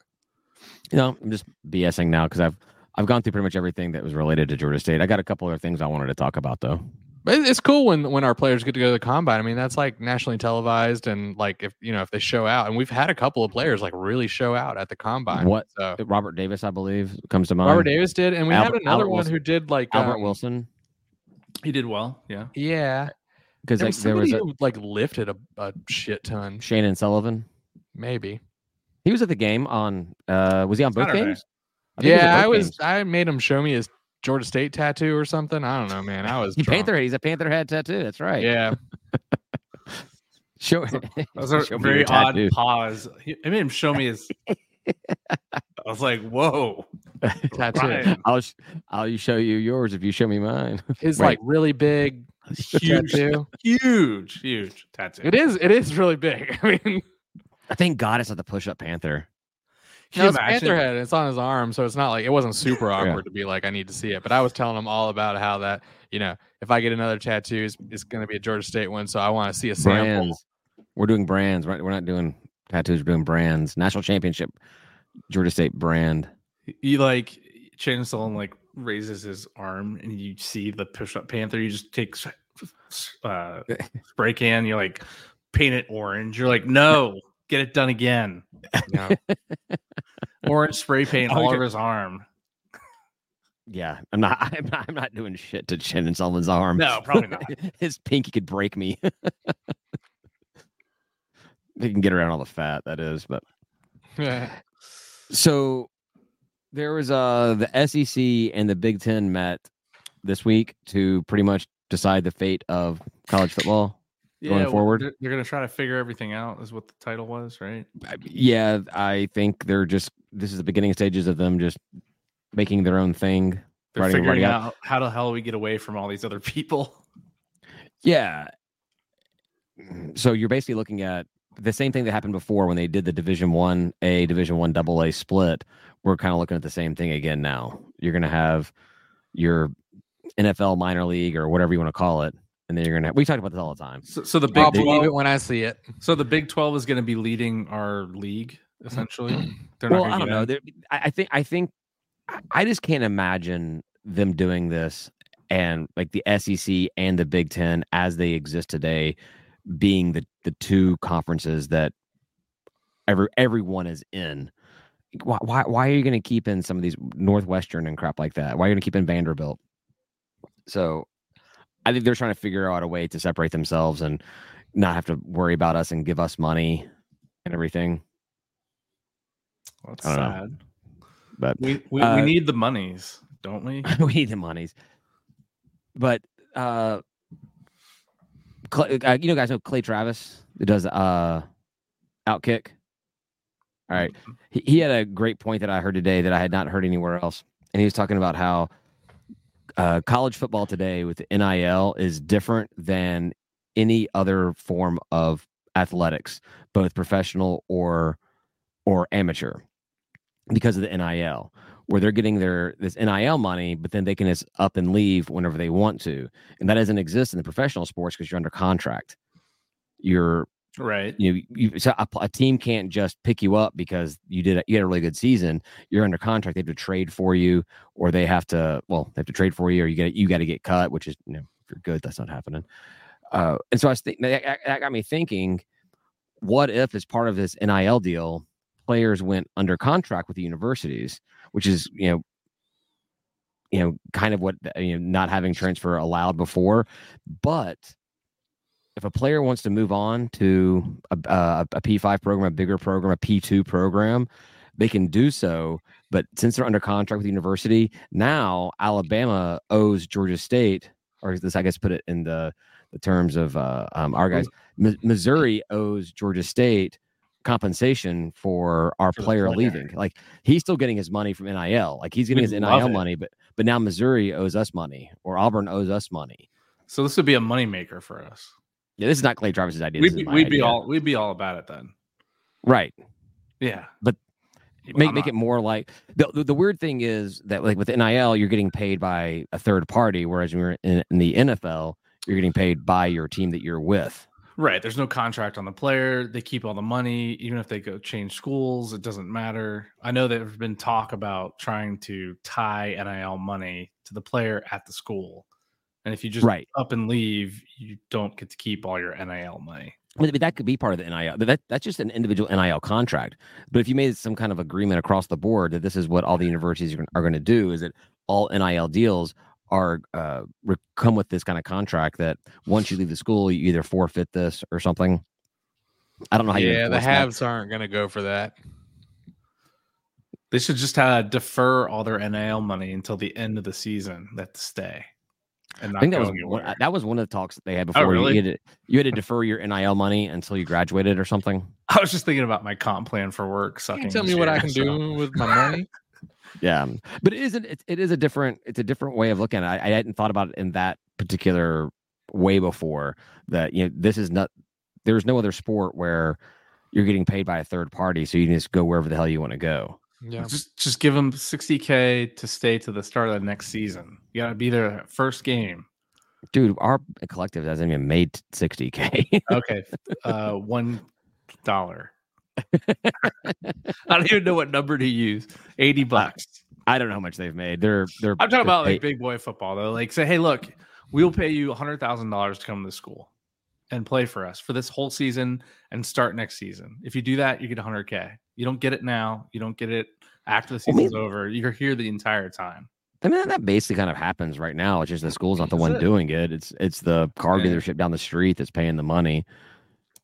S1: You know, I'm just BSing now because I've I've gone through pretty much everything that was related to Georgia State. I got a couple other things I wanted to talk about though.
S2: But it- it's cool when when our players get to go to the combine. I mean, that's like nationally televised, and like if you know if they show out, and we've had a couple of players like really show out at the combine.
S1: What-
S2: So
S1: Uh, Robert Davis, I believe, comes to mind.
S2: Robert Davis did, and we
S1: Albert-
S2: had another
S1: Albert
S2: one
S1: Wilson.
S2: who did like
S1: Albert
S2: um,
S1: Wilson,
S3: He did well. Yeah.
S2: Yeah,
S1: because
S2: there
S1: like
S2: was
S1: there was
S2: somebody
S1: a,
S2: who like lifted a, a shit ton,
S1: Shannon Sullivan.
S2: maybe.
S1: He was at the game on. uh Was he on both
S3: Saturday.
S1: games? I think he at
S2: Yeah, I
S1: both
S2: was.
S1: games.
S2: I made him show me his Georgia State tattoo or something. I don't know, man. I was
S1: He
S2: drunk.
S1: Panther. He's a Panther head tattoo. That's right.
S2: Yeah,
S1: Show,
S3: That was a
S1: show me your
S3: very odd
S1: tattoo.
S3: pause. He, I made him show me his. I was like, whoa.
S2: tattoo.
S3: Ryan,
S1: I'll sh- I'll show you yours if you show me mine.
S2: His
S1: Right.
S2: like really big
S3: huge,
S2: tattoo.
S3: huge, huge tattoo.
S2: It is. It is really big. I mean,
S1: Thank God it's not the push up panther.
S3: Can
S2: no,
S3: you
S2: it's
S3: imagine?
S2: Panther head. It's on his arm, so it's not like it wasn't super awkward to be like, I need to see it. But I was telling him all about how that you know, if I get another tattoo, it's, it's going to be a Georgia State one. So I want to see a sample.
S1: Brands. We're doing brands, right? We're not doing tattoos. We're doing brands. National championship, Georgia State brand.
S3: He like Shannon Sullivan like raises his arm, and you see the push up panther. You just take s- s- uh, spray can. You like paint it orange. You're like, no, get it done again.
S2: No.
S3: Orange spray paint all
S1: Okay.
S3: over his arm.
S1: Yeah, I'm not. I'm not. I'm not doing shit to Shannon Sullivan's arm.
S3: No, probably not.
S1: His pinky could break me. he can get around all the fat that is, but
S2: Yeah.
S1: So there was uh the SEC and the Big Ten met this week to pretty much decide the fate of college football. Going
S3: well,
S1: forward?
S3: they're, they're gonna try to figure everything out. Is what the title was, right?
S1: I- Yeah, I think they're just this is the beginning stages of them just making their own thing.
S3: They're
S1: Writing everybody
S3: figuring
S1: out.
S3: out how the hell we get away from all these other people.
S1: Yeah. So you're basically looking at the same thing that happened before when they did the Division One A, Division One Double A split. We're kind of looking at the same thing again now. You're going to have your NFL minor league or whatever you want to call it, and then you're going to. We talked about this all the time.
S3: So, so the Big
S2: I'll
S1: they-
S2: believe
S3: 12,
S2: it when I see it.
S3: so the Big Twelve is going to be leading our league essentially. They're
S1: Well,
S3: gonna
S1: I don't
S3: get
S1: know.
S3: in.
S1: There- I, I think I think I- I just can't imagine them doing this and like the SEC and the Big Ten as they exist today being the the two conferences that every everyone is in. Why why, why are you going to keep in some of these Northwestern and crap like that? Why are you going to keep in Vanderbilt? So I think they're trying to figure out a way to separate themselves and not have to worry about us and give us money and everything.
S3: Well, that's
S1: I don't know.
S3: sad.
S1: But
S3: We we,
S1: Uh,
S3: we need the monies, don't we?
S1: we need the monies. But uh, Clay, uh, you know, guys know Clay Travis that does uh, outkick. All right, he, he had a great point that I heard today that I had not heard anywhere else, and he was talking about how uh, college football today with NIL is different than any other form of athletics, both professional or or amateur, because of the NIL, where they're getting their this NIL money, but then they can just up and leave whenever they want to, and that doesn't exist in the professional sports because you're under contract. You're
S3: Right.
S1: you know, you, so a, a team can't just pick you up because you did a, you had a really good season. You're under contract; they have to trade for you, or they have to well, they have to trade for you, or you get you got to get cut. Which is, you know, if you're good, that's not happening. Uh, and so I was think that, that- that got me thinking: what if, as part of this NIL deal, players went under contract with the universities, which is you know. You know, kind of what you know, not having transfer allowed before, but if a player wants to move on to a, uh, a, a P5 program, a bigger program, a P2 program, they can do so. But since they're under contract with the university, now Alabama owes Georgia State, or this, I guess, put it in the, the terms of uh, um, our guys, Mi- Missouri owes Georgia State compensation for our
S3: For the
S1: player
S3: player.
S1: leaving. Like he's still getting his money from NIL. Like he's getting
S3: We
S1: his
S3: love
S1: NIL
S3: it.
S1: money, but but now Missouri owes us money, or Auburn owes us money.
S3: So this would be a moneymaker for us.
S1: Yeah, this is not Clay Travis's idea. this
S3: we'd
S1: is
S3: be,
S1: my
S3: we'd be
S1: idea.
S3: all we'd be all about it then.
S1: right.
S3: Yeah.
S1: But make make it more like the, the the weird thing is that like with NIL you're getting paid by a third party, whereas when you're in, in the NFL you're getting paid by your team that you're with.
S3: right. There's no contract on the player. They keep all the money, even if they go change schools, it doesn't matter. I know there's been talk about trying to tie NIL money to the player at the school. And if you just
S1: right.
S3: up and leave, you don't get to keep all your NIL money.
S1: But but that could be part of the NIL. That that- that's just an individual NIL contract. But if you made some kind of agreement across the board that this is what all the universities are, gon- are going to do, is that all NIL deals are uh, re- come with this kind of contract that once you leave the school you either forfeit this or something. I don't know how you
S2: yeah, the
S1: enforce Oh, that.
S2: haves aren't going to go for that.
S3: They should just uh, defer all their NIL money until the end of the season. That to stay, and
S1: I
S3: not
S1: think that
S3: go
S1: was
S3: anywhere. Oh,
S1: one, uh, that was one of the talks that they had before. You-
S3: really?
S1: you, had to, you had to defer your NIL money until you graduated or something.
S3: I was just thinking about my comp plan for work.
S2: You
S3: Sucking.
S2: can't tell
S3: this
S2: me what
S3: year,
S2: I can
S3: so-
S2: do with my money.
S1: Yeah, but it isn't. It, it is a different. It's a different way of looking at it. I, I hadn't thought about it in that particular way before. That you know, this is not. There's no other sport where you're getting paid by a third party, so you can just go wherever the hell you want to go.
S2: Yeah.
S3: Just just give them sixty k to stay to the start of the next season. You gotta be there that first game.
S1: Dude, our collective hasn't even made 60k.
S3: Okay, uh, one dollar. I don't even know what number to use. Eighty bucks.
S1: I don't know how much they've made. They're they're.
S3: I'm talking
S1: they're
S3: about like
S1: paid-
S3: big boy football though. Like say, hey, look, we'll pay you hundred thousand dollars to come to school and play for us for this whole season and start next season. If you do that, you get hundred K. You don't get it now. You don't get it after the
S1: Well, maybe-
S3: season's over. You're here the entire time.
S1: I mean, that basically kind of happens right now. It's just the school's not the
S3: That's
S1: one
S3: it.
S1: doing it. It's it's the car
S3: Yeah.
S1: dealership down the street that's paying the money.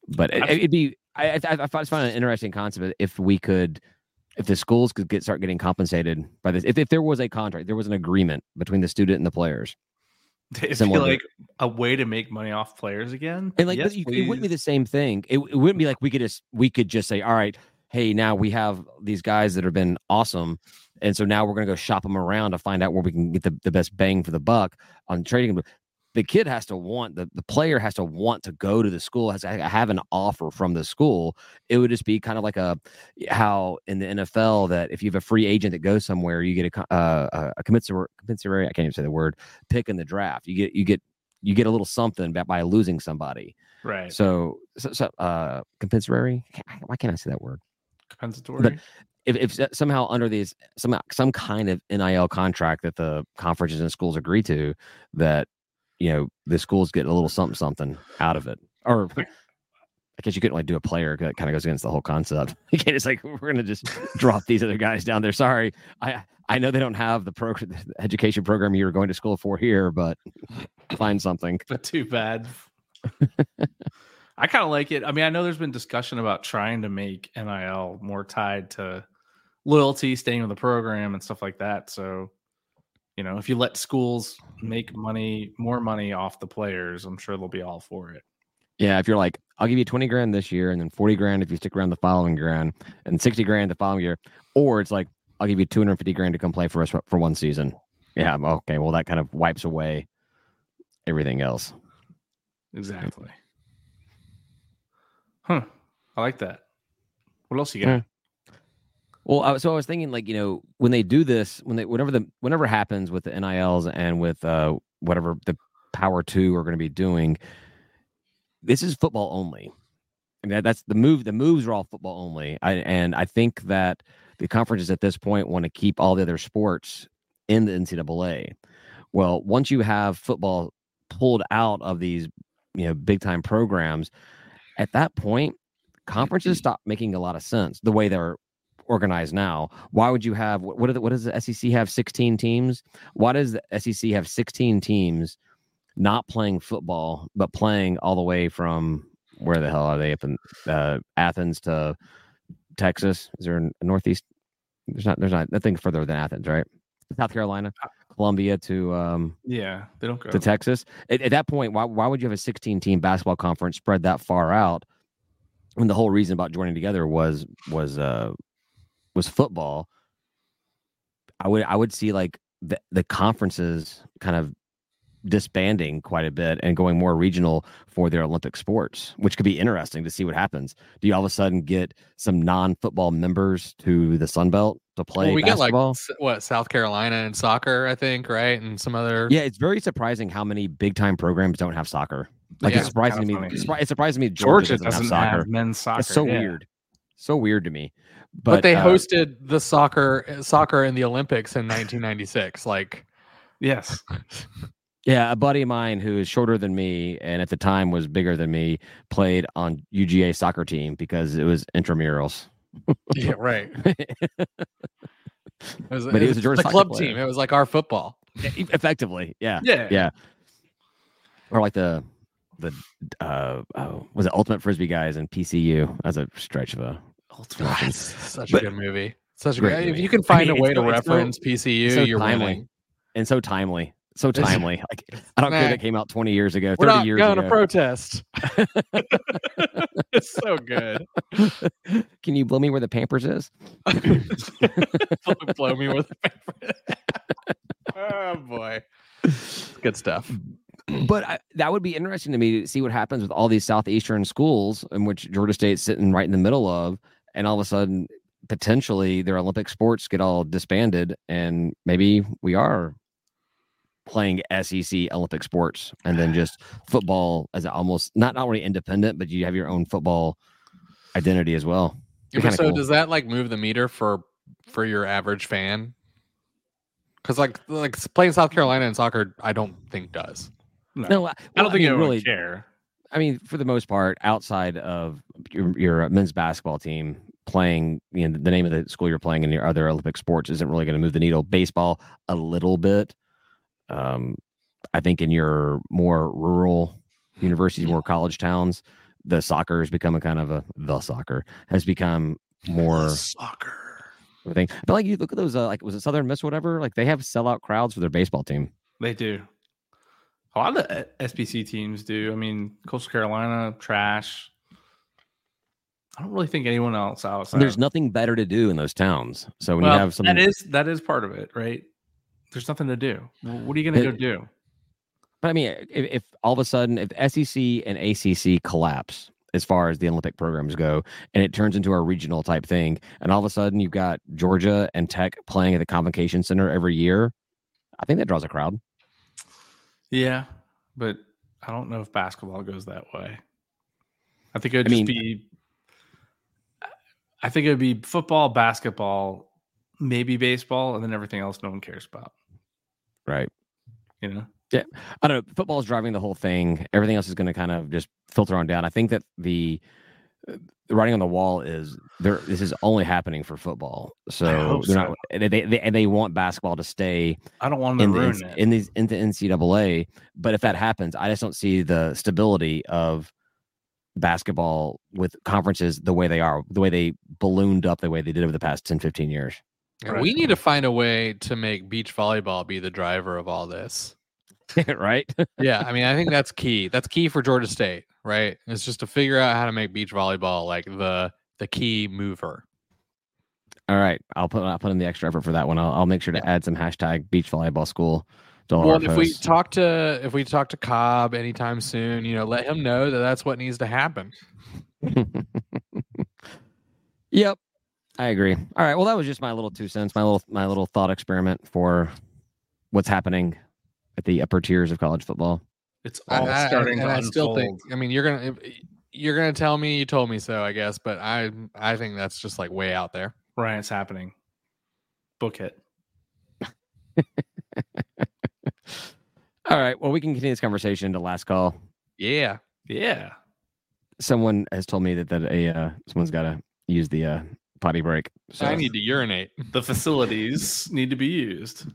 S1: But it,
S3: I've-
S1: it'd be I I, I find it an interesting concept if we could if the schools could get start getting compensated by this if, if there was a contract there was an agreement between the student and the players
S3: It'd be
S1: Similar to-
S3: like a way to make money off players again.
S1: and like
S3: Yes,
S1: you, it wouldn't be
S3: please.
S1: the same thing it, it wouldn't be like we could just we could just say all right hey now we have these guys that have been awesome and so now we're going to go shop them around to find out where we can get the, the best bang for the buck on trading them the kid has to want the, the player has to want to go to the school has to ha- have an offer from the school it would just be kind of like a how in the nfl that if you have a free agent that goes somewhere you get a co- uh, a- a commensurate compensatory i can't even say the word pick in the draft you get you get you get a little something by, by losing somebody
S3: right
S1: so, so, so uh, compensatory. Can't- Why can't I say that word?
S3: compensatory.
S1: If, if s- somehow under these some uh, some kind of NIL contract that the conferences and schools agree to, that you know the schools get a little something something out of it, or I guess you couldn't like do a player. 'cause That kind of goes against the whole concept. You can't just like we're gonna just drop these other guys down there. Sorry, I I know they don't have the program, the education program you were going to school for here, but find something.
S3: but too bad. I kind of like it. I mean, I know there's been discussion about trying to make NIL more tied to loyalty, staying with the program, and stuff like that. So, you know, if you let schools make money, more money off the players, I'm sure they'll be all for it.
S1: Yeah, if you're like, I'll give you 20 grand this year and then 40 grand if you stick around the following grand and 60 grand the following year. Or it's like, I'll give you 250 grand to come play for us for for one season. Yeah, I'm- okay. Well, that kind of wipes away everything else.
S3: Exactly. Huh. I like that. What else you got?
S1: Yeah. Well, I, was- so I was thinking, like you know, when they do this, when they whenever the whenever happens with the NILs and with uh, whatever the Power Two are going to be doing, this is football only. I mean, that, that's the move. The moves are all football only, I, and I think that the conferences at this point want to keep all the other sports in the NCAA. Well, once you have football pulled out of these, you know, big time programs, at that point, conferences stop making a lot of sense the way they're organized now. Why would you have what? What, are the, what does the SEC have? Sixteen teams. Why does the SEC have sixteen teams not playing football but playing all the way from where the hell are they up in uh, Athens to Texas? Is there a northeast? There's not. There's not nothing further than Athens, right? South Carolina, Columbia to um,
S3: Yeah, they don't go.
S1: to Texas. At, at that point, why why would you have a 16 team basketball conference spread that far out when the whole reason about joining together was was uh was football? I would I would see like the, the conferences kind of disbanding quite a bit and going more regional for their Olympic sports, which could be interesting to see what happens. Do you all of a sudden get some non-football members to the Sun Belt to play
S2: Well, we get like
S1: basketball?
S2: s- what South Carolina and soccer, I think, right, and some other.
S1: Yeah, it's very surprising how many big time programs don't have soccer. Like
S2: Yeah.
S1: it's surprising to me.
S3: Kinda
S1: It's
S3: funny.
S1: surpri- it's surprising to me
S3: Georgia
S1: Georgia,
S3: doesn't
S1: have soccer.
S3: have men's soccer.
S1: It's so
S3: yeah.
S1: weird. So weird to me. But,
S2: but, they
S1: uh,
S2: hosted the soccer soccer in the Olympics in 1996. Like,
S3: Yes.
S1: Yeah, a buddy of mine who is shorter than me and at the time was bigger than me played on UGA soccer team because it was intramurals.
S2: yeah, right. It was,
S1: But he
S2: it
S1: was a Georgia
S2: the
S1: soccer
S2: club
S1: player.
S2: team. It was like our football.
S1: Effectively, yeah.
S3: Yeah.
S1: Yeah. Or like the the uh oh, was it Ultimate Frisbee guys in PCU as a stretch of a
S2: Ultimate. Such
S1: But-
S2: a good movie. Such a
S1: Great
S2: great. If
S1: movie.
S2: you can
S1: I
S2: find
S1: mean,
S2: a way
S1: it's
S2: to
S1: so- it's so-
S2: reference PCU,
S1: it's so
S2: you're
S1: timely.
S2: winning.
S1: and so timely. So
S2: It's-
S1: timely. Like I don't care
S2: Nah.
S1: that came out 20 years ago, 30
S2: We're not
S1: years
S2: going
S1: ago.
S2: to protest. it's so good.
S1: Can you blow me where the Pampers is?
S2: blow, blow me with a paper. oh boy, good stuff.
S3: Mm.
S1: But I, that would be interesting to me to see what happens with all these southeastern schools in which Georgia State's sitting right in the middle of, and all of a sudden, potentially their Olympic sports get all disbanded, and maybe we are playing SEC Olympic sports, and then just football as almost not not really independent, but you have your own football identity as well. Be
S2: But
S1: kinda
S2: so
S1: cool.
S2: does that like move the meter for for your average fan? Because like like s- playing South Carolina in soccer, I don't think does.
S3: No.
S1: No, I,
S3: I
S1: well,
S3: don't think
S1: mean,
S3: anyone
S1: really
S3: would care.
S1: I mean, for the most part, outside of your, your men's basketball team playing, you know, the name of the school you're playing in your other Olympic sports isn't really going to move the needle. Baseball, a little bit. Um, I think in your more rural universities, more college towns, the soccer has become a kind of a the soccer has become more
S3: soccer.
S1: of a thing. But like you look at those, uh, like was it Southern Miss, or whatever? Like they have sellout crowds for their baseball team.
S3: They do. A lot of the uh, SBC teams do. I mean, Coastal Carolina, trash. I don't really think anyone else outside.
S1: There's nothing better to do in those towns. So when
S3: Well,
S1: you have some,
S3: that is that is part of it, right? There's nothing to do. What are you going to go
S1: It-
S3: do?
S1: But I mean, if, if all of a sudden, if SEC and ACC collapse as far as the Olympic programs go, and it turns into a regional type thing, and all of a sudden you've got Georgia and Tech playing at the Convocation Center every year, I think that draws a crowd.
S3: Yeah, but I don't know if basketball goes that way. I think it would
S1: I
S3: just
S1: mean-
S3: be. I think it would be football, basketball, maybe baseball, and then everything else no one cares about.
S1: Right.
S3: You know,
S1: I don't know. Football is driving the whole thing. Everything else is going to kind of just filter on down. I think that the, uh, the writing on the wall is there. This is only happening for football, so
S3: hope
S1: they're
S3: so.
S1: not. and They, they and they want basketball to stay
S3: I don't want them
S1: in
S3: to
S1: the,
S3: ruin
S1: N-
S3: it.
S1: in these into NCAA. But if that happens, I just don't see the stability of basketball with conferences the way they are, the way they ballooned up, the way they did over the past 10, 15 years.
S2: And We
S3: Correct.
S2: need to find a way to make beach volleyball be the driver of all this.
S1: right?
S2: yeah, I mean, I think that's key. That's key for Georgia State, right? It's just to figure out how to make beach volleyball like the the key mover.
S1: All right. I'll put I'll put in the extra effort for that one. I'll, I'll make sure to add some hashtag beach volleyball school. To all
S2: well,
S1: our
S2: and if we
S1: posts.
S2: talk to if we talk to Cobb anytime soon, you know, let him know that that's what needs to happen.
S1: Yep. I agree. All right. Well, that was just my little two cents, my little my little thought experiment for what's happening at the upper tiers of college football.
S3: It's
S2: I-
S3: all
S2: I-
S3: starting
S2: and
S3: to
S2: I still
S3: unfold.
S2: think. I mean, you're gonna if- you're gonna tell me you told me so, I guess. But I I think that's just like way out there.
S3: Ryan, it's happening. Book it.
S1: All right. Well, we can continue this conversation to last call.
S2: Yeah.
S3: Yeah.
S1: Someone has told me that that a uh, someone's got to use the uh, potty break. So
S2: I need to urinate.
S3: The facilities need to be used.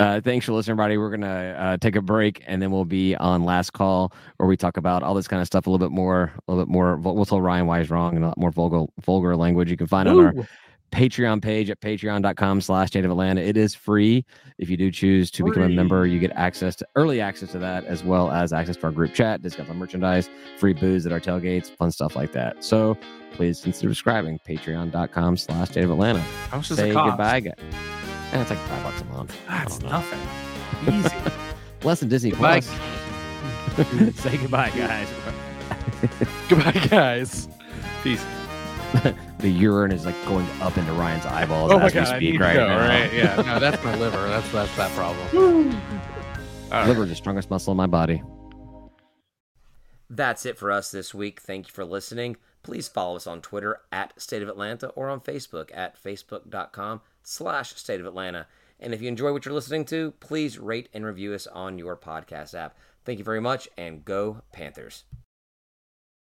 S1: uh, thanks for listening, everybody. We're gonna uh, take a break and then we'll be on last call where we talk about all this kind of stuff a little bit more, a little bit more. vul- We'll tell Ryan why he's wrong and a lot more vulgar vulgar language. You can find on our
S2: Ooh,
S1: Patreon page at patreon.com slash native Atlanta. It is free. If you do choose to become a
S3: Free.
S1: member, you get access to early access to that, as well as access to our group chat, discounts on merchandise, free booze at our tailgates, fun stuff like that. So please consider subscribing, patreon.com slash native Atlanta.
S3: How much does
S1: Say
S3: it cost?
S1: goodbye. guy- Eh, it's like five bucks a month.
S3: That's
S1: I don't know.
S3: nothing. Easy.
S1: Less than Disney
S2: Goodbye.
S1: Plus. Say goodbye, guys.
S2: Goodbye, guys.
S3: Peace.
S1: The urine is like going up into Ryan's eyeballs as we
S2: Oh I need
S1: speak
S2: to
S1: right
S2: go,
S1: now.
S2: right? Yeah. No, that's my liver. That's that's that problem.
S3: All right.
S1: Liver is the strongest muscle in my body.
S4: That's it for us this week. Thank you for listening. Please follow us on Twitter at State of Atlanta or on Facebook at facebook.com slash state of Atlanta. And if you enjoy what you're listening to, please rate and review us on your podcast app. Thank you very much and go Panthers.